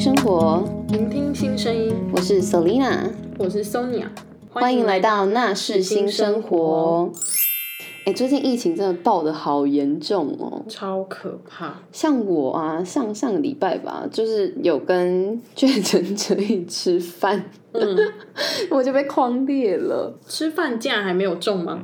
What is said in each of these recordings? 生活，聆听新声音，我是 Selina，我是 Sonia，欢迎来到那是新生活。哎，最近疫情真的爆的好严重哦！超可怕，像我啊，上上个礼拜吧，就是有跟 确诊者一起吃饭，嗯， 我就被框裂 了。呃吃饭竟然还没有中吗？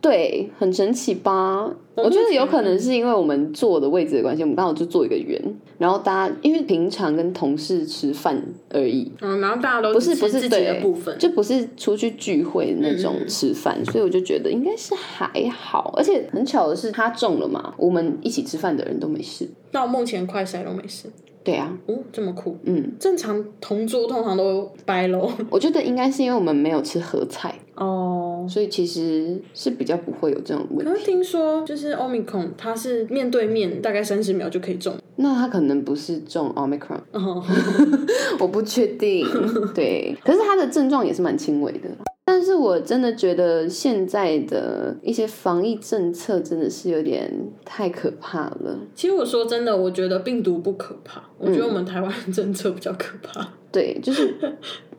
对，很神奇吧？我我觉就得有觉可能是因为我们坐的位置的关系，我们刚好就坐一个圆，然后大家因为平常跟同事吃饭而已，嗯，然后大家都不是只不吃是自己的对部分，就不是出去聚会那种嗯吃饭，所以我就觉得应该是还好。而且很巧的是，他中了嘛，我们一起吃饭的人都没事。到目前快筛都没事。对啊，哦，这么酷，嗯，正常同桌通常都掰喽。我觉得应该是因为我们没有吃合菜，哦，所以其实是比较不会有这种问可题。是听说就是 Omicron，它是面对面，大概三十秒就可以中。那他可能不是中 omicron， 哦，我不确定。对，可是他的症状也是蛮轻微的。但是我真的觉得现在的一些防疫政策真的是有点太可怕了。其实我说真的，我觉得病毒不可怕，我嗯觉得我们台湾政策比较可怕。对，就是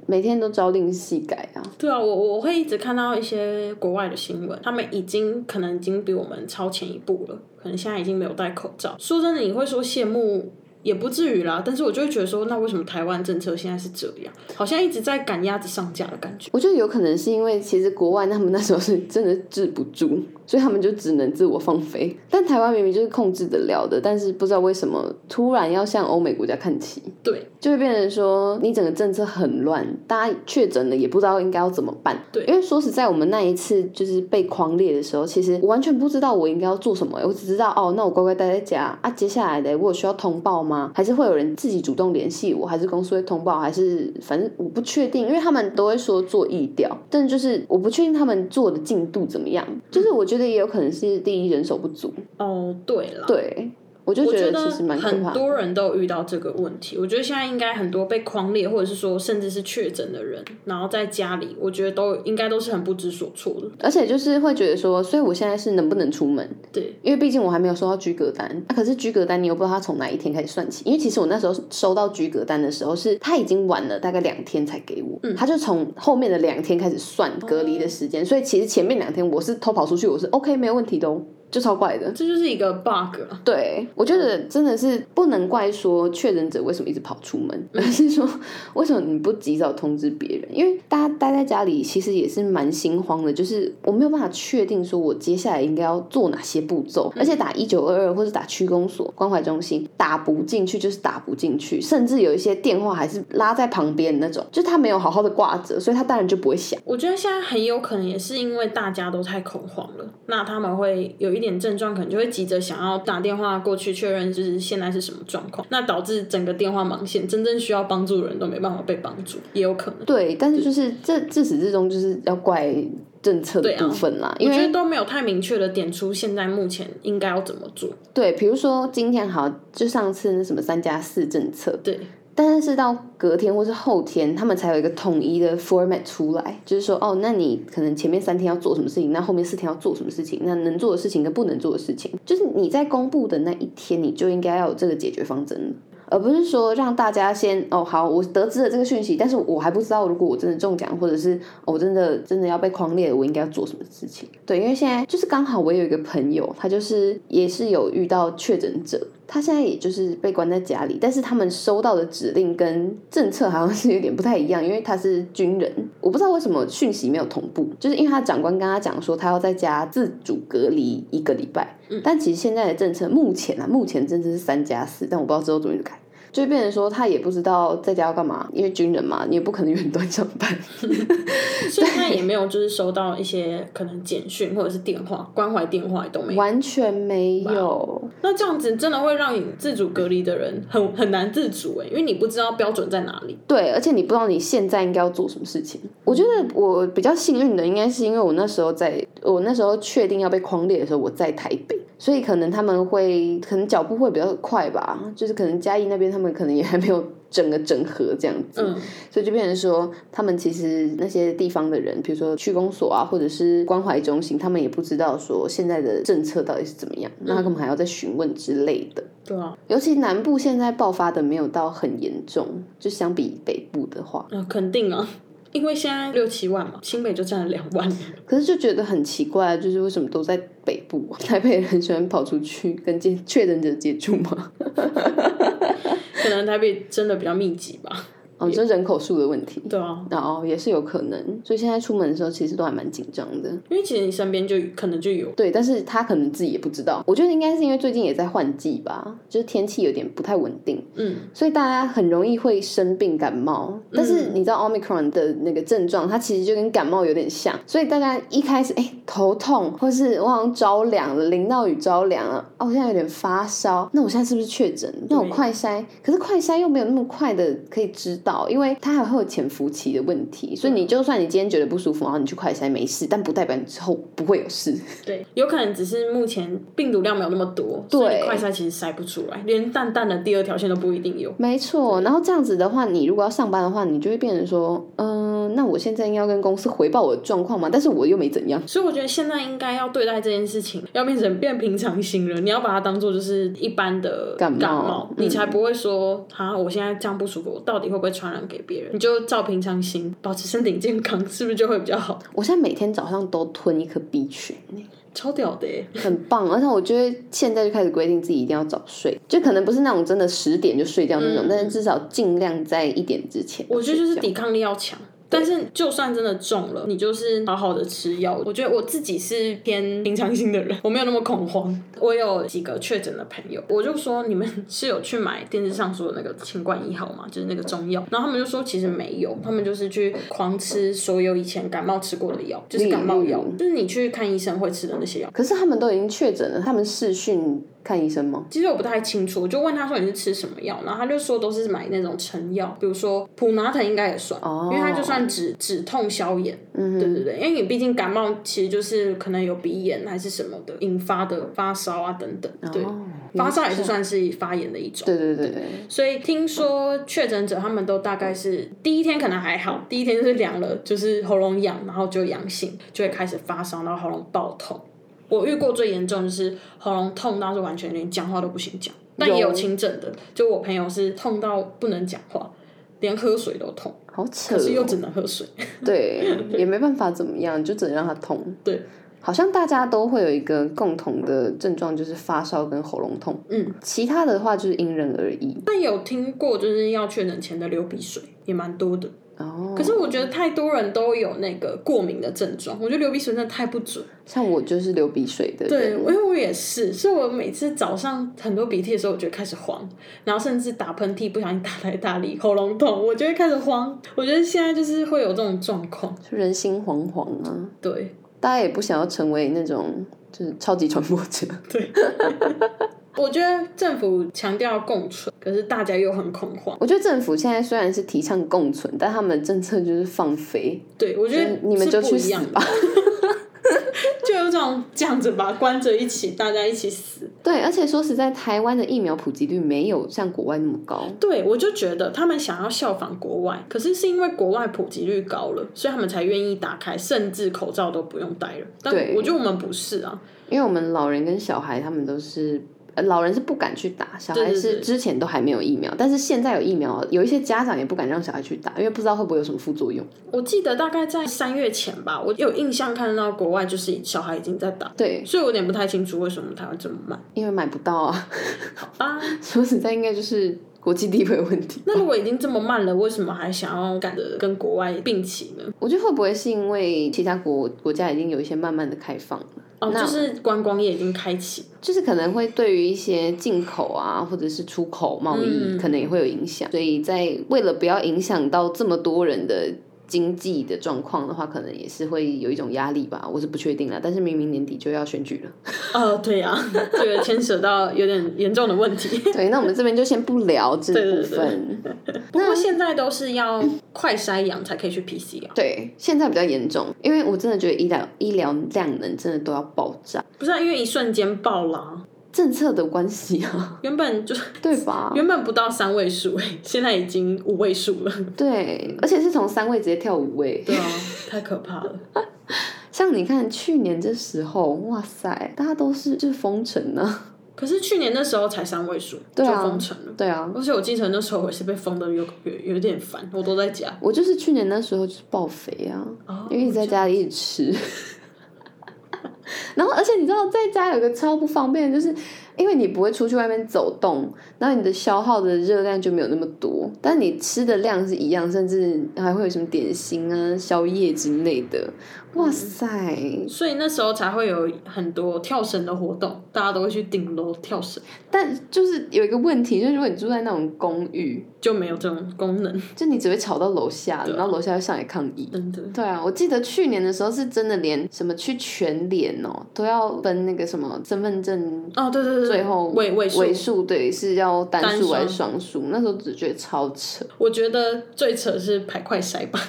每天都朝令夕改啊。对啊，我我会一直看到一些国外的新闻，他们已经可能已经比我们超前一步了，可能现在已经没有戴口罩。说真的，你会说羡慕也不至于啦，但是我就会觉得说，那为什么台湾政策现在是这样？好像一直在赶鸭子上架的感觉。我觉得有可能是因为其实国外他们那时候是真的治不住，所以他们就只能自我放飞。但台湾明明就是控制得了的，但是不知道为什么突然要向欧美国家看齐，对，就会变成说你整个政策很乱，大家确诊了也不知道应该要怎么办。对因为说实在，我们那一次就是被狂列的时候，其实我完全不知道我应该要做什么，我只知道哦，那我乖乖待在家啊。接下来的我有需要通报吗？还是会有人自己主动联系我？还是公司会通报？还是反正我不确定，因为他们都会说做疫调，但就是我不确定他们做的进度怎么样。就是我觉得也有可能是第一人手不足，哦，对了。对我就我觉得其实蛮可很怕的。多人都有遇到这个问题。我觉得现在应该很多被框列，或者是说甚至是确诊的人，然后在家里，我觉得都应该都是很不知所措的。而且就是会觉得说，所以我现在是能不能出门？对，因为毕竟我还没有收到居格单，那、可是居格单你又不知道它从哪一天开始算起，因为其实我那时候收到居格单的时候是他已经晚了大概两天才给我，他就从后面的两天开始算隔离的时间，所以其实前面两天我是偷跑出去，我是 OK 没有问题的、哦，就超怪的。这就是一个 bug 啊。对，我觉得真的是不能怪说确诊者为什么一直跑出门，而嗯是说为什么你不及早通知别人？因为大家待在家里其实也是蛮心慌的，就是我没有办法确定说我接下来应该要做哪些步骤，嗯而且打一九二二或者打区公所、关怀中心打不进去就是打不进去，甚至有一些电话还是拉在旁边那种，就是他没有好好的挂着，所以他当然就不会响。我觉得现在很有可能也是因为大家都太恐慌了，那他们会有一点症状，可能就会急着想要打电话过去确认，就是现在是什么状况，那导致整个电话盲线，真正需要帮助的人都没办法被帮助，也有可能。对，但是就是这自始至终就是要怪政策的对啊部分啦，我因为觉得都没有太明确的点出现在目前应该要怎么做。对，比如说今天好，就上次那什么三加四政策，对，但是到隔天或是后天，他们才有一个统一的 format 出来，就是说，哦，那你可能前面三天要做什么事情，那后面四天要做什么事情，那能做的事情跟不能做的事情，就是你在公布的那一天，你就应该要有这个解决方针了。而不是说让大家先哦好，我得知了这个讯息，但是我还不知道如果我真的中奖，或者是、哦我真的真的要被狂猎了，我应该要做什么事情？对，因为现在就是刚好我有一个朋友，他就是也是有遇到确诊者，他现在也就是被关在家里，但是他们收到的指令跟政策好像是有点不太一样，因为他是军人，我不知道为什么讯息没有同步，就是因为他长官跟他讲说他要在家自主隔离一个礼拜，但其实现在的政策目前啊，目前政策是三加四，但我不知道之后怎么改。就变成说他也不知道在家要干嘛，因为军人嘛，你也不可能远端上班。所以他也没有就是收到一些可能简讯或者是电话关怀电话也都没有。完全没有。那这样子真的会让你自主隔离的人很很难自主欸诶、因为你不知道标准在哪里。对，而且你不知道你现在应该要做什么事情。我觉得我比较幸运的，应该是因为我那时候在，我那时候确定要被框列的时候，我在台北，所以可能他们会，可能脚步会比较快吧，就是可能嘉义那边他们可能也还没有整个整合这样子，嗯所以就变成说，他们其实那些地方的人，比如说区公所啊，或者是关怀中心，他们也不知道说现在的政策到底是怎么样，那他们还要再询问之类的。对啊，尤其南部现在爆发的没有到很严重，就相比北部的话，嗯、肯定啊，因为现在六七万嘛，新北就占了两万，可是就觉得很奇怪，就是为什么都在北部、 啊？台北人很喜欢跑出去跟接确诊者接触吗？可能台北真的比较密集吧。哦，这人口数的问题，对啊，然后也是有可能，所以现在出门的时候其实都还蛮紧张的。因为其实你身边就可能就有，对，但是他可能自己也不知道。我觉得应该是因为最近也在换季吧，就是天气有点不太稳定，嗯，所以大家很容易会生病感冒。但是你知道 Omicron 的那个症状，它其实就跟感冒有点像，所以大家一开始哎头痛，或是我好像着凉了，淋到雨着凉了，哦，我现在有点发烧，那我现在是不是确诊？那我对快筛，可是快筛又没有那么快的可以知道，因为它还会有潜伏期的问题，所以嗯你就算你今天觉得不舒服，然后你去快筛没事，但不代表你之后不会有事。对，有可能只是目前病毒量没有那么多，所以对你快筛其实筛不出来，连淡淡的第二条线都不一定有。没错，然后这样子的话，你如果要上班的话，你就会变成说，嗯、那我现在应该要跟公司回报我的状况嘛，但是我又没怎样。所以我觉得现在应该要对待这件事情，要变成变平常心了。你要把它当做就是一般的感冒嗯你才不会说啊，我现在这样不舒服，我到底会不会传染给别人？你就照平常心，保持身体健康，是不是就会比较好？我现在每天早上都吞一颗 B 群，超屌的欸耶！很棒。而且我觉得现在就开始规定自己一定要早睡，就可能不是那种真的十点就睡觉那种，嗯但是至少尽量在一点之前要我睡觉。觉得就是抵抗力要强。但是就算真的中了，你就是好好的吃药。我觉得我自己是偏平常心的人， 我没有那么恐慌。我有几个确诊的朋友，我就说你们是有去买电视上说的那个清冠一号嘛，就是那个中药。然后他们就说其实没有，他们就是去狂吃所有以前感冒吃过的药，就是感冒药例如，就是你去看医生会吃的那些药。可是他们都已经确诊了，他们视讯看医生吗？其实我不太清楚，我就问他说你是吃什么药，然后他就说都是买那种成药，比如说普拿疼应该也算，哦因为它就算止止痛消炎，嗯对对对，因为你毕竟感冒其实就是可能有鼻炎还是什么的引发的发烧啊等等，对，哦发烧也是算是发炎的一种。对对对对，所以听说确诊者他们都大概是第一天可能还好，第一天就是凉了，就是喉咙痒，然后就阳性，就会开始发烧，然后喉咙爆痛。我遇过最严重就是喉咙痛到是完全连讲话都不行讲，但也有有轻症的，就我朋友是痛到不能讲话，连喝水都痛，好扯、可哦。是又只能喝水。 对，也没办法怎么样，就只能让它痛。对，好像大家都会有一个共同的症状，就是发烧跟喉咙痛。嗯，其他的话就是因人而异。但有听过就是要确诊前的流鼻水也蛮多的，哦，可是我觉得太多人都有那个过敏的症状，我觉得流鼻水真的太不准。像我就是流鼻水的对，人，因为我也是，所以我每次早上很多鼻涕的时候，我就会开始慌，然后甚至打喷嚏不小心打太大力，喉咙痛，我就会开始慌。我觉得现在就是会有这种状况，就人心惶惶啊。对大家也不想要成为那种就是超级传播者。 对。我觉得政府强调共存，可是大家又很恐慌。我觉得政府现在虽然是提倡共存，但他们的政策就是放飞，对，我觉得你们是就不去一死样的，吧。 就有种这样子吧，关着一起，大家一起死。对，而且说实在，台湾的疫苗普及率没有像国外那么高。对，我就觉得他们想要效仿国外，可是是因为国外普及率高了，所以他们才愿意打开，甚至口罩都不用戴了。但对我觉得我们不是啊，因为我们老人跟小孩他们都是。呃老人是不敢去打，小对孩对是对之前都还没有疫苗，但是现在有疫苗，有一些家长也不敢让小孩去打，因为不知道会不会有什么副作用。我记得大概在三月前吧，我有印象看到国外就是小孩已经在打，对，所以我有点不太清楚为什么台湾这么慢。因为买不到啊， 好吧，说实在应该就是国际地位问题。那如果已经这么慢了，为什么还想要赶着跟国外并起呢？我觉得会不会是因为其他国国家已经有一些慢慢的开放了，哦，就是观光业已经开启，就是可能会对于一些进口啊或者是出口贸易，嗯可能也会有影响。所以在为了不要影响到这么多人的经济的状况的话，可能也是会有一种压力吧。我是不确定啦，但是明明年底就要选举 了。呃，对啊， 这个牵扯到有点严重的问题。对，那我们这边就先不聊这对对部分。不过现在都是要快筛阳才可以去 PCR，对，现在比较严重，因为我真的觉得医疗医疗量能真的都要爆炸。不是、啊、因为一瞬间爆了啊，政策的关系啊，原本就对 吧？原本不到三位数， 哎，现在已经五位数了。对，而且是从三位直接跳五位。对啊， 太可怕了。像你看去年这时候，哇塞，大家都是就是封城呢、可是去年那时候才三位数，对啊就封城了。对啊，而且我记得那时候我是被封的有有有点烦，我都在家。我就是去年那时候就是爆肥啊，哦因为一直在家里一直吃。 然后，而且你知道，在家有个超不方便的，就是因为你不会出去外面走动，然后你的消耗的热量就没有那么多，但你吃的量是一样，甚至还会有什么点心啊、宵夜之类的。嗯哇塞！所以那时候才会有很多跳绳的活动，大家都会去顶楼跳绳，但就是有一个问题，就是如果你住在那种公寓，就没有这种功能，就你只会吵到楼下，啊然后楼下就上来抗议。真的。对啊，我记得去年的时候是真的连什么去全联哦，都要分那个什么身份证，哦，对对对，最后尾尾数尾数对是要单单数双还是双数？那时候只觉得超扯，我觉得最扯是排快筛吧。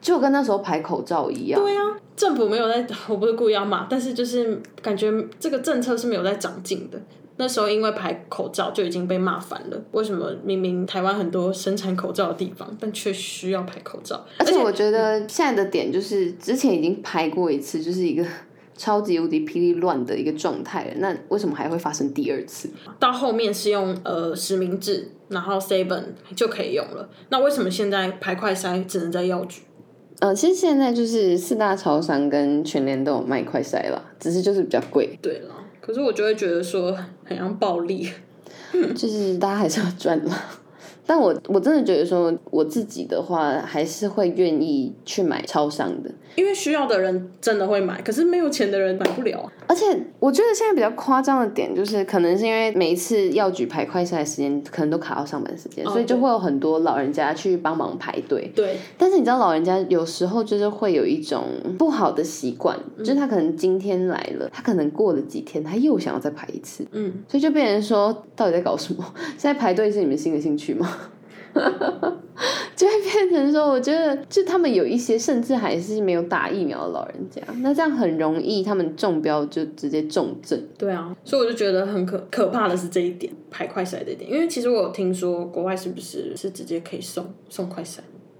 就跟那时候排口罩一样。对啊，政府没有在，我不是故意要骂，但是就是感觉这个政策是没有在长进的。那时候因为排口罩就已经被骂烦了，为什么明明台湾很多生产口罩的地方，但却需要排口罩？而且我觉得现在的点就是，之前已经排过一次，就是一个 超级无敌霹雳乱的一个状态了。那为什么还会发生第二次？到后面是用呃实名制，然后 seven 就可以用了。那为什么现在排快筛只能在药局？呃，其实现在就是四大超商跟全联都有卖快筛啦，只是就是比较贵。对了，可是我就会觉得说很像暴力。就是大家还是要赚嘛。但我我真的觉得说，我自己的话还是会愿意去买超商的，因为需要的人真的会买，可是没有钱的人买不了啊。而且我觉得现在比较夸张的点就是，可能是因为每一次药局排快筛的时间，可能都卡到上班时间，哦所以就会有很多老人家去帮忙排队。对，但是你知道，老人家有时候就是会有一种不好的习惯，嗯就是他可能今天来了，他可能过了几天，他又想要再排一次，嗯，所以就变成说，到底在搞什么？ 现在排队是你们新的兴趣吗？ 就会变成说，我觉得就他们有一些甚至还是没有打疫苗的老人家，那这样很容易他们中标就直接重症。对啊，所以我就觉得很可可怕的是这一点，排快筛这一点。因为其实我有听说国外是不是是直接可以送送快筛？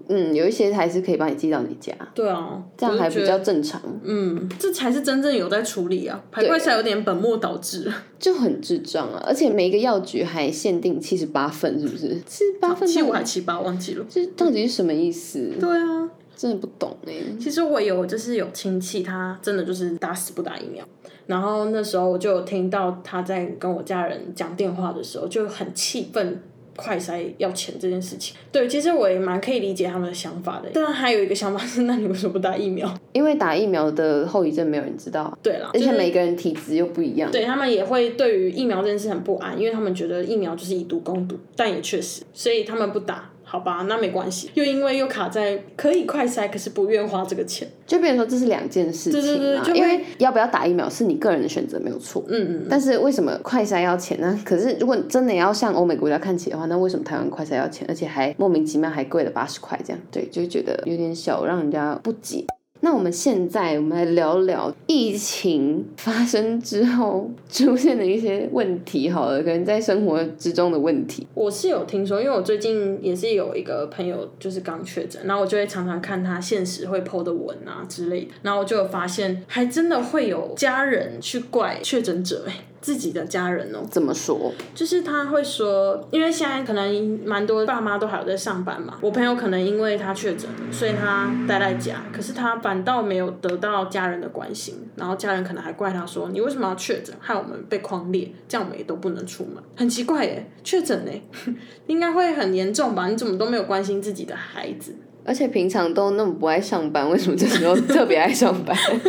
嗯，有一些还是可以帮你寄到你家，对啊，这样还我就觉比得较正常，嗯，这才是真正有在处理啊。排快筛有点本末倒置，就很智障啊！而且每一个药局还限定七十八份，是不 是？七十八份七到五底还七八忘记了。这到底是什么意思？对啊，真的不懂哎、其实我有就是有亲戚，他真的就是打死不打疫苗。然后那时候我就有听到他在跟我家人讲电话的时候，就很气愤。快筛要钱这件事情，对，其实我也蛮可以理解他们的想法的。但还有一个想法是，那你为什么不打 疫苗？因为打疫苗的后遗症没有人知道啊，哦对啦，而就且是每个人体质又不一样。对他们也会对于疫苗这件事很不安，因为他们觉得疫苗就是以毒攻毒，但也确实，所以他们不打，好吧，那没关系。又因为又卡在可以快筛，可是不愿花这个钱，就变成说这是两件事情嘛，对对对就会因为要不要打疫苗是你个人的选择，没有错。嗯嗯，但是为什么快筛要钱呢？可是如果真的要向欧美国家看齐的话，那为什么台湾快筛要钱，而且还莫名其妙还贵了八十块这样？对，就觉得有点小，让人家不解。那我们现在我们来聊聊疫情发生之后出现的一些问题，好了，可能在生活之中的问题。我是有听说，因为我最近也是有一个朋友就是刚确诊，然后我就会常常看他现实会 PO 的文啊之类的，然后我就有发现，还真的会有家人去怪确诊者、欸，自己的家人哦、怎么说？就是他会说，因为现在可能蛮多爸妈都还有在上班嘛，我朋友可能因为他确诊，所以他待在家，可是他反倒没有得到家人的关心，然后家人可能还怪他说，你为什么要确诊，害我们被框列，这样我们也都不能出门， 很奇怪耶，确诊嘞， 应该会很严重吧？你怎么都没有关心自己的孩子？ 而且平常都那么不爱上班，为什么这时候特别爱上班？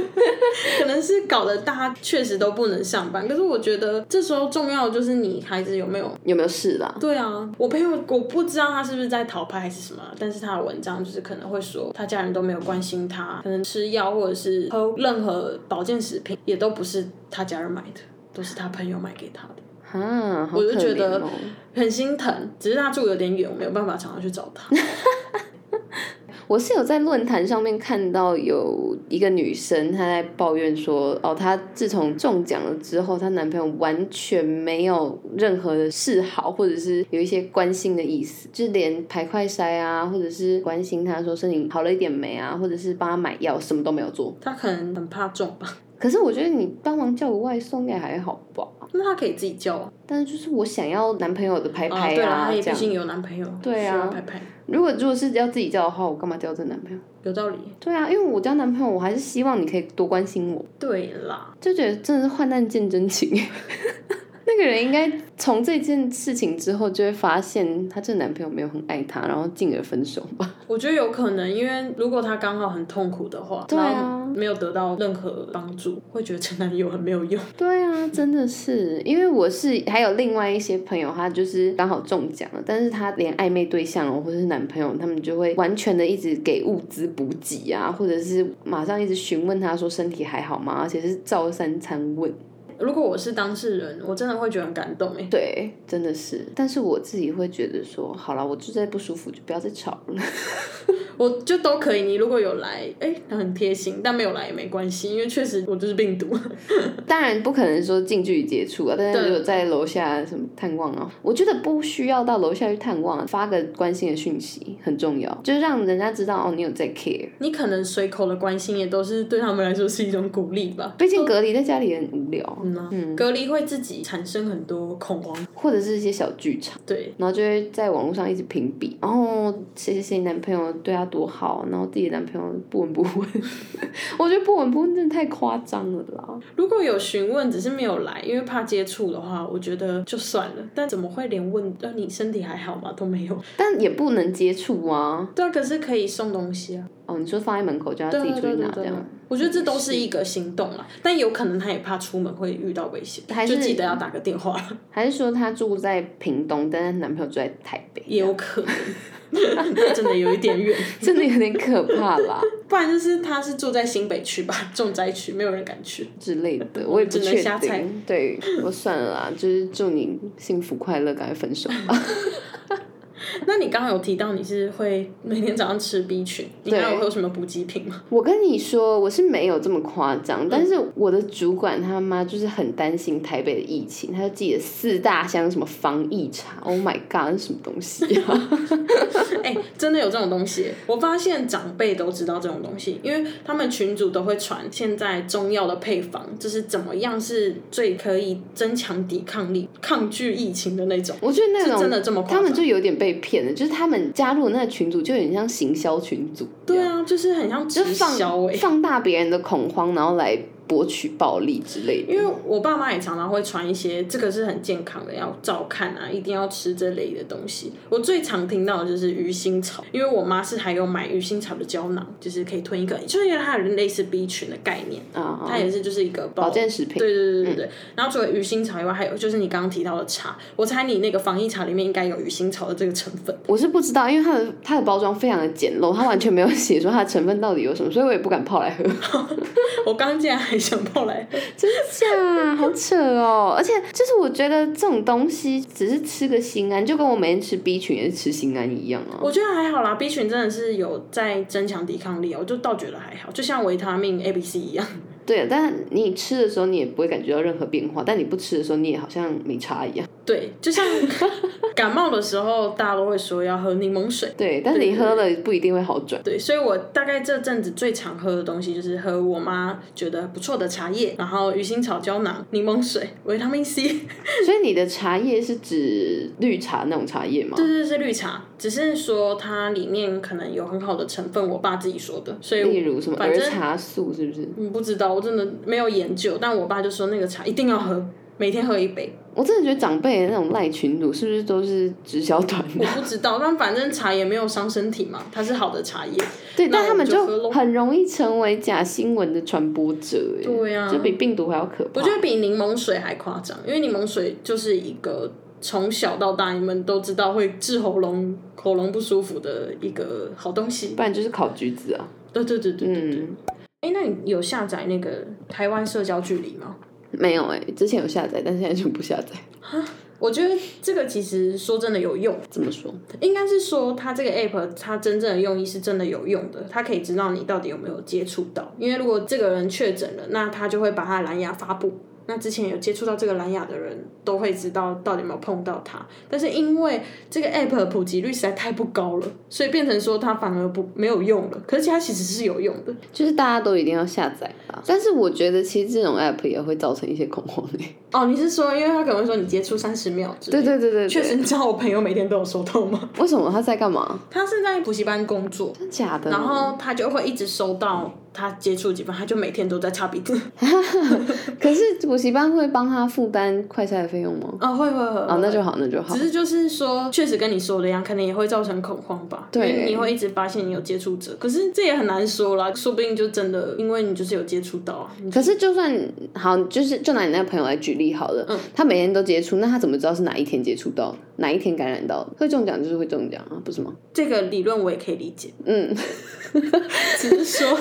可能是搞得大家确实都不能上班，可是我觉得这时候重要的就是你孩子有没有有没有事啦？对啊，我朋友我不知道他是不是在逃拍还是什么，但是他的文章就是可能会说他家人都没有关心他，可能吃药或者是喝任何保健食品也都不是他家人买的，都是他朋友买给他的，啊，好我就可觉怜得哦很心疼。只是他住有点远，我没有办法常常去找他。我是有在论坛上面看到有一个女生她在抱怨说，哦，她自从中奖了之后，她男朋友完全没有任何的示好，或者是有一些关心的意思，就是连排快筛啊，或者是关心她说身体好了一点没啊，或者是帮她买药，什么都没有做。他可能很怕中吧？可是我觉得你帮忙叫个外送应该还好吧？那他可以自己叫啊。但是就是我想要男朋友的拍啊拍对啊，他也这毕样。竟有男朋友，对啊需要拍拍，如果如果是要自己叫的话，我干嘛叫这男朋友？有道理。对啊，因为我交男朋友，我还是希望你可以多关心我，对啦，就觉得真的是患难见真情。 那个人应该从这件事情之后，就会发现她这男朋友没有很爱她，然后进而分手吧。我觉得有可能，因为如果他刚好很痛苦的话，对啊然后没有得到任何帮助，会觉得前男友很没有用。对啊，真的是，因为我是还有另外一些朋友，她就是刚好中奖了，但是她连暧昧对象哦或者是男朋友，他们就会完全的一直给物资补给啊，或者是马上一直询问她说身体还好吗，而且是照三餐问。如果我是当事人，我真的会觉得很感动欸诶。对，真的是。但是我自己会觉得说，好了，我就在不舒服，就不要再吵了。 我就都可以，你如果有来，哎、他很贴心，但没有来也没关系，因为确实我就是病毒。当然不可能说近距离接触啊，但是对如果在楼下什么探望啊，我觉得不需要到楼下去探望、啊，发个关心的讯息很重要，就是让人家知道哦，你有在 care。你可能随口的关心也都是对他们来说是一种鼓励吧。毕竟隔离在家里很无聊，嗯啊隔离会自己产生很多恐慌，或者是一些小剧场，对，然后就会在网络上一直评比，然后谁谁谁男朋友对她多好，然后自己的男朋友不闻不问， 我觉得不闻不问真的太夸张了啦。如果有询问，只是没有来，因为怕接触的话，我觉得就算了。但怎么会连问呃你身体还好吗都没有？但也不能接触啊。对啊，可是可以送东西啊，哦，你说放在门口就要对自啊己出去对拿啊这对啊样，。我觉得这都是一个行动啦，但有可能他也怕出门会遇到危险，还是就记得要打个电话，还是说她住在屏东，但是男朋友住在台北， 啊也有可能，那 真的有一点远。啊真的有点可怕啦不然就是他是住在新北区吧，重灾区，没有人敢去。之类 的，我也不只能确瞎猜定。对，我算了啦，就是祝你幸福快乐，赶快分 哎手吧。那你刚刚有提到你是会每天早上吃 B 群，你还有对有什么补给品吗？我跟你说，我是没有这么夸嗯张，但是我的主管他妈就是很担心台北的疫情，他就寄了四大箱什么防疫茶，Oh my god，那是什么东西啊？ 哎、真的有这种东西耶！我发现长辈都知道这种东西，因为他们群主都会传现在中药的配方，就是怎么样是最可以增强抵抗力、抗拒疫情 的那种。我觉得那是种真的这么夸他们张？就有点被骗了，就是他们加入那个群组，就有点像行销群组，对啊，就是很像就直放销哎、放大别人的恐慌，然后来博取暴利之类的。因为我爸妈也常常会传一些这个是很健康的，要照看啊，一定要吃这类的东西。我最常听到的就是鱼腥草，因为我妈是还有买鱼腥草的胶囊，就是可以吞一个，就是因为它有类似 B 群的概念，啊，它也是就是一个保保健食品，嗯对对对对对。然后除了鱼腥草以外，还有就是你刚刚提到的茶，我猜你那个防疫茶里面应该有鱼腥草的这个成 分。我是不知道，因为它的它的包装非常的简陋，它完全没有写说它的成分到底有什么，所以我也不敢泡来喝。我刚刚竟然还想泡来，真假？好扯哦！而且就是我觉得这种东西只是吃个心安，就跟我每天吃 B 群也是吃心安一样啊。我觉得还好啦，B 群真的是有在增强抵抗力哦，我就倒觉得还好，就像维他命 A、B、C 一样。对，但你吃的时候你也不会感觉到任何变化，但你不吃的时候你也好像没差一样。对，就像感冒的时候，大家都会说要喝柠檬水。对，但是你喝了不一定会好转。对，所以我大概这阵子最常喝的东西就是喝我妈觉得不错的茶叶，然后鱼腥草胶囊、柠檬水、维他命 C。 所以你的茶叶是指绿茶那种茶叶吗？对对对，是绿茶，只是说它里面可能有很好的成分，我爸自己说的，所以例如什么反儿正茶素是不是？嗯不知道，我真的没有研究，但我爸就说那个茶一定要喝，每天喝 一杯，我真的觉得长辈的那种赖群主是不是都是直销团 我的？不知道，但反正茶也没有伤身体嘛，它是好的茶叶，对，那但他们我就喝就很容易成为假新闻的传播者，哎，对啊呀、就比病毒还要可我怕觉。得比柠檬水还夸张，因为柠檬水就是一个从小到大你们都知道会治喉咙喉咙不舒服的一个好东西。不然就是烤橘子啊，对对对对对对。嗯，哎、那你有下载那个台湾社交距离吗？欸没有哎、之前有下载，但现在全部下载。我觉得这个其实说真的有用，怎么说？应该是说它这个 app 它真正的用意是真的有用的，它可以知道你到底有没有接触到。因为如果这个人确诊了，那他就会把他的蓝牙发布。那之前有接触到这个蓝牙的人都会知道到底有没有碰到它，但是因为这个 app 的普及率实在太不高了，所以变成说它反而不没有用了。可是它其实是有用的，就是大家都一定要下载啊吧。但是我觉得其实这种 app 也会造成一些恐慌诶、哦，你是说，因为他可能会说你接触三十秒之类对的，对对对，嗯确实，你知道我朋友每天都有收到吗？为什么他在干嘛？他是在补习班工作，真假的？然后他就会一直收到他接触几分，他就每天都在擦鼻子。 可是补习班会帮他负担快筛的费用吗？啊、会会会。哦，那就好，那就好只。是就是说，确实跟你说的一样，可能也会造成恐慌吧。对因为你会一直发现你有接触者，可是这也很难说啦，说不定就真的因为你就是有接触到啊。你可是就算好，就是就拿你那个朋友来举例好嗯了，他每天都接触，那他怎么知道是哪一天接触到，哪一天感染到？会中奖就是会中奖啊，不是吗？这个理论我也可以理解，嗯，只是说，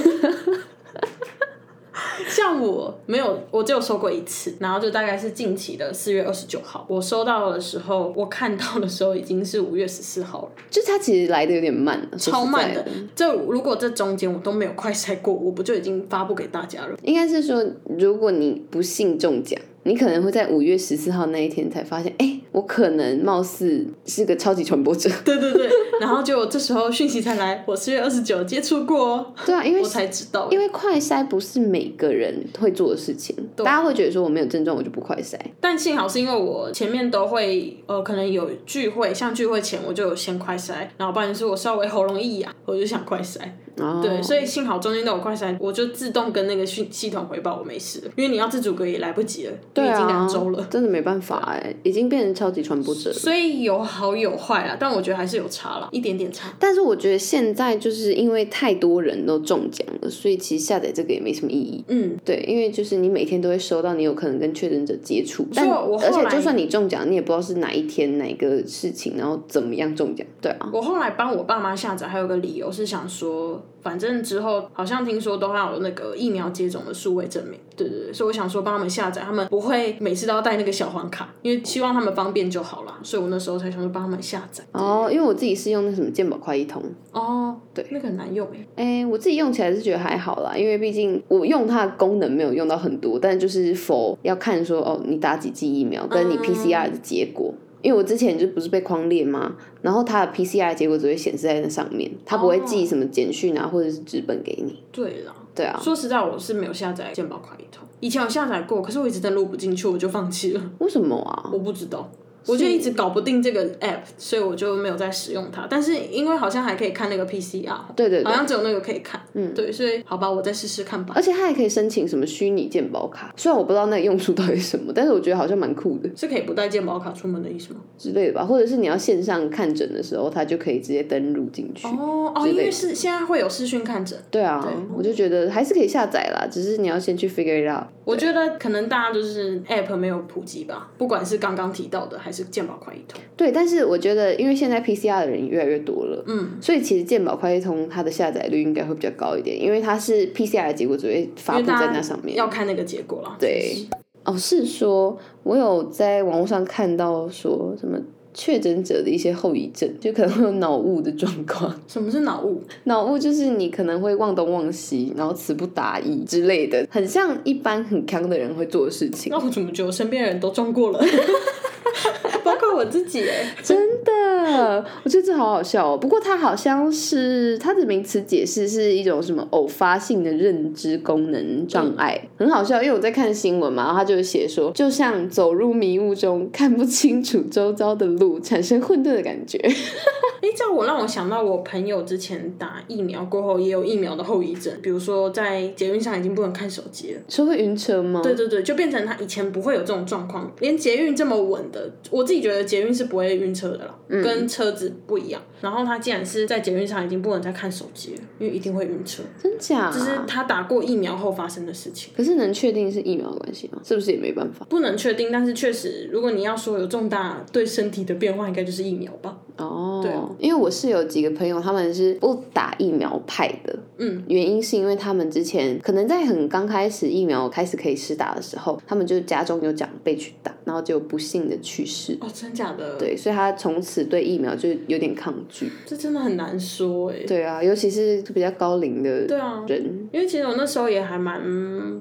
像我没有，我只有收过一次，然后就大概是近期的四月二十九号，我收到的时候，我看到的时候已经是五月十四号了，就是他其实来的有点慢，啊说实在哦超慢的。这如果这中间我都没有快筛过，我不就已经发布给大家了？ 应该是说，如果你不幸中奖，你可能会在五月十四号那一天才发现，哎、我可能貌似是个超级传 播者。对对对，然后就这时候讯息才来，我四月二十九接触过哦，对啊，因为我才知道。因为快筛不是每个人会做的事情，大家会觉得说我没有症状我就不快筛。但幸好是因为我前面都会，呃，可能有聚会，像聚会前我就有先快筛，然后不然就是我稍微喉咙一痒，我就想快筛。哦，对，所以幸好中间都有快筛，我就自动跟那个系系统回报我没事了，因为你要自主隔离也来不及了，对你已啊，经两周 了。真的没办法哎、已经变成超级传播者了。所以有好有坏啊啦，但我觉得还是有差啦，一点点差。但是我觉得现在就是因为太多人都中奖了，所以其实下载这个也没什么意义。嗯，对，因为就是你每天都会收到你有可能跟确诊者接触，但我后而且来就算你中奖，你也不知道是哪一天哪个事情，然后怎么样中奖。对啊，我后来帮我爸妈下载，还有个理由是想说，反正之后好像听说都还有那个疫苗接种的数位证明，对对对，所以我想说帮他们下载，他们不会每次都要带那个小黄卡，因为希望他们方便就好嗯啦。所以我那时候才想说帮他们下载。哦，因为我自己是用那什么健保快一通，哦，对，那个很难用诶。哎、我自己用起来是觉得还好啦，因为毕竟我用它的功能没有用到很多，但就是否要看说哦，你打几剂疫苗跟你嗯 PCR 的结果。因为我之前就不是被框列吗？然后它的 PCR 结果只会显示在那上面，它不会寄什么简讯啊，或者是纸本给你。对啦，对啊，说实在，我是没有下载健保快一通，以前有下载过，可是我一直登录不进去，我就放弃了。为什么啊？我不知道，我就一直搞不定这个 app，所以我就没有再使用它。但是因为好像还可以看那个 PCR，对对好对，像只有那个可以看，嗯，对，所以好吧，我再试试看吧。而且它还可以申请什么虚拟健保卡，虽然我不知道那个用处到底是什么，但是我觉得好像蛮酷的是可以不带健保卡出门的意思吗？之类的吧。或者是你要线上看诊的时候，它就可以直接登录进去。哦哦，因为是现在会有视讯看诊，对啊，我就觉得还是可以下载啦，只是你要先去 figure it out。我觉得可能大家就是 app 没有普及吧，不管是刚刚提到的还是健保快一通，对，但是我觉得，因为现在 PCR 的人越来越多了，嗯，所以其实健保快递通它的下载率应该会比较高一点，因为它是 PCR 的结果只会发布大在家那上面。要看那个结果啦。对，哦，是说我有在网络上看到说什么确诊者的一些后遗症，就可能会有脑雾的状况。 什么是脑雾？脑雾就是你可能会忘东忘西，然后词不达意之类的，很像一般很康的人会做的事情。那我哦怎么觉得我身边的人都中过 了？包括我自己哎、真的，我觉得这好好笑哦。不过它好像是它的名词解释是一种什么偶发性的认知功能嗯障碍，很好笑。因为我在看新闻嘛，然后他就写说，就像走入迷雾中，看不清楚周遭的路，产生混沌的感觉。 诶，这样我让我想到我朋友之前打疫苗过后也有疫苗的后遗症，比如说在捷运上已经不能看手机了。说会晕车吗？对对对，就变成他以前不会有这种状况，连捷运这么稳的，我自己觉得捷运是不会晕车的啦，跟车子不一样。然后他既然是在捷运上已经不能再看手机了，因为一定会晕车，真假？这是他打过疫苗后发生的事情。可是能确定是疫苗的关系吗？是不是也没办法？不能确定，但是确实，如果你要说有重大对身体的变化，应该就是疫苗吧。哦，对，因为我是有几个朋友，他们是不打疫苗派的，嗯，原因是因为他们之前可能在很刚开始疫苗开始可以施打的时候，他们就家中有长辈去打，然后就不幸的去世，哦，真假的？对，所以他从此对疫苗就有点抗拒。这真的很难说哎、对嗯啊，尤其是比较高龄的对啊，人，因为其实我那时候也还蛮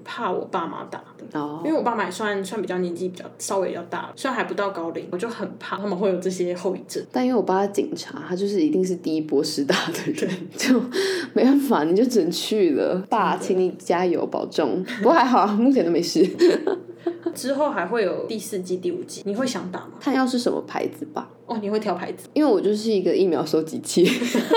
怕我爸妈打的。哦，因为我爸妈也算算比较年纪比较稍微比较大了，虽然还不到高龄，我就很怕他们会有这些后遗症。 但因为我爸是警察，他就是一定是第一波施打的人，就没办法，你就只能去了。爸，请你加油，保重。不过还好，啊，目前都没事。之后还会有第四季、第五季，你会想打吗？看要是什么牌子吧，哦，你会挑牌子？ 因为我就是一个疫苗收集器，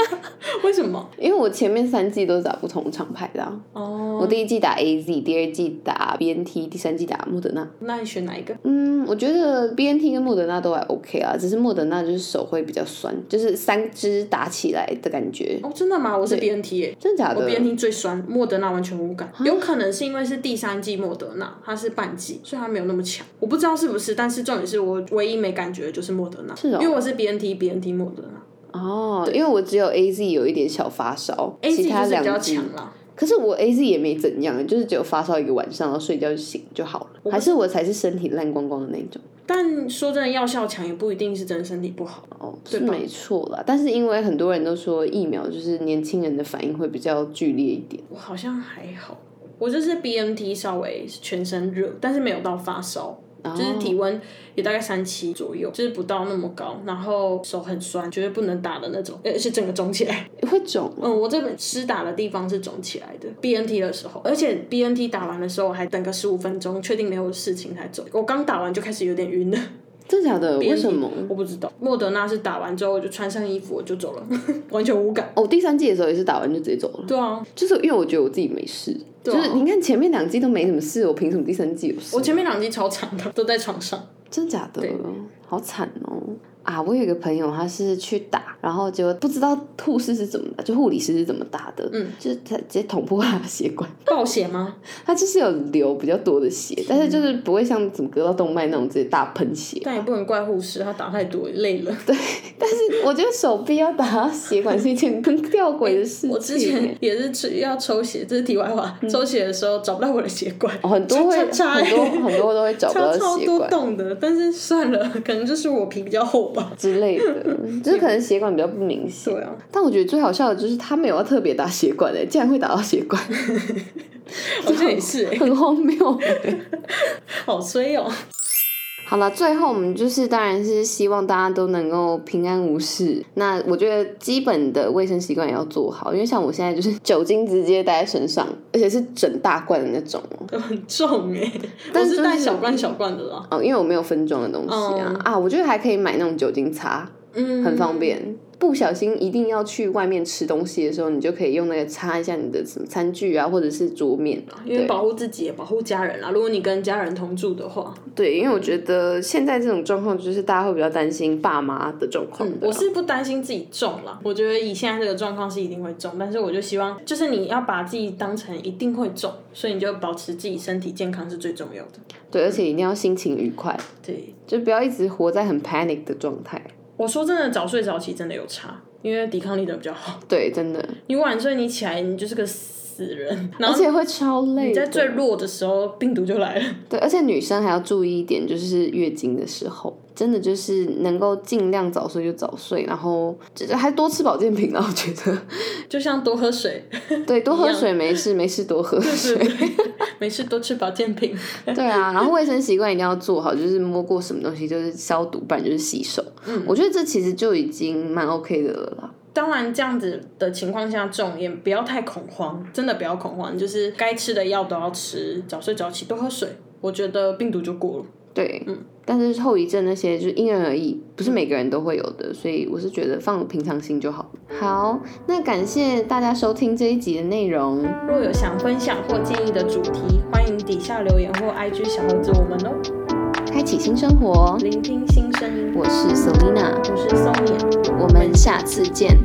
为什么？因为我前面三季都是打不同厂牌的、啊。哦，我第一季打 A Z，第二季打 B N T，第三季打莫德纳。那你选哪一个？嗯，我觉得 B N T 跟莫德纳都还 OK 啊，只是莫德纳就是手会比较酸，就是三支打起来的感觉。哦，真的吗？我是 BNT 耶、真假我的？ BNT 最酸，莫德纳完全无感，有可能是因为是第三季莫德纳，它是半季，所以它没有那么强。我不知道是不是，但是重点是我唯一没感觉的就是莫德纳，是哦因为我是 BNT BNT 莫德纳哦，因为我只有 A Z 有一点小发烧， ，A 其 G 就他是比较两支强啦。可是我 A Z 也没怎样，就是只有发烧一个晚上，然后睡觉就醒就好了。还是我才是身体烂光光的那种但说真的，药效强也不一定是真的身体不好。哦，是没错啦。但是因为很多人都说疫苗就是年轻人的反应会比较剧烈一点，我好像还好，我就是 BMT 稍微全身热，但是没有到发烧。哦就是体温也大概三七左右，就是不到那么高，然后手很酸，绝对不能打的那种，而且整个肿起来。 会肿吗。嗯，我这边施打的地方是肿起来的，BNT 的时候，而且 BNT 打完的时候我还等个十五分钟，确定没有事情才走。我刚打完就开始有点晕了，真假的？为什么？ 我不知道。莫德纳是打完之后我就穿上衣服我就走了， 完全无感。哦，第三季的时候也是打完就直接走了，对啊，就是因为我觉得我自己没事，对就啊是你看前面两季都没什么事，我凭什么第三季有事？我前面两季超长的，都在床上。真假的？好惨哦！啊，我有一个朋友，他是去打，然后结果不知道护士是怎么打，就护理师是怎么打的，嗯，就是他直接捅破他的血管，暴血吗？他就是有流比较多的血，但是嗯就是不会像怎么割到动脉那种直接大喷血。但也不能怪护士，他打太多累了。但是我觉得手臂要打到血管是一件很吊诡的事情。哎我之前也是去要抽血，这是题外话。抽血的时候找不到我的血管，嗯哦很多会超超很多很多都会找不到超超血多管洞的，但是算了，可能就是我皮比较厚吧。之类的，就是可能血管比较不明显。对啊，但我觉得最好笑的就是他没有要特别打血管的、竟然会打到血管，好像也是、欸，很荒谬、好衰哦、好了，最后我们就是当然是希望大家都能够平安无事。那我觉得基本的卫生习惯也要做好，因为像我现在就是酒精直接带在身上，而且是整大罐的那种哦。很重哎、但我就是是带小罐小罐的啦。哦，因为我没有分装的东西啊、嗯啊，我觉得还可以买那种酒精擦，嗯，很方。便。不小心一定要去外面吃东西的时候，你就可以用那个擦一下你的什么餐具啊，或者是桌面。因为保护自己，也保护家人啦。如果你跟家人同住的话，对，因为我觉得现在这种状况，就是大家会比较担心爸妈的状况、对嗯我吧是不担心自己中了，我觉得以现在这个状况是一定会中，但是我就希望就是你要把自己当成一定会中，所以你就保持自己身体健康是最重要的。对，而且一定要心情愉快。对，就不要一直活在很 panic 的状态。我说真的，早睡早起真的有差，因为抵抗力的比较好。对，真的，你晚睡，你起来你就是个死人，然而后且会超累你在的。最弱的时候病毒就来了。对，而且女生还要注意一点，就是月经的时候，真的就是能够尽量早睡就早睡，然后就是还多吃保健品啦。啊我觉得，就像多喝水， 对，多喝水没事，没事多喝水。没事多吃保健品。对啊，然后卫生习惯一定要做好，就是摸过什么东西就是消毒，不然就是洗手。嗯，我觉得这其实就已经蛮 OK 的了啦。当然，这样子的情况下中也不要太恐慌，真的不要恐慌，就是该吃的药都要吃，早睡早起，多喝水。我觉得病毒就过了。对，但是后遗症那些就是因人而异，不是每个人都会有的，所以我是觉得放平常心就好。好，那感谢大家收听这一集的内容，若有想分享或建议的主题，欢迎底下留言或 IG 小盒子我们哦。开启新生活。聆听新声音，我是 Selina，我是 Sonia。我们下次见。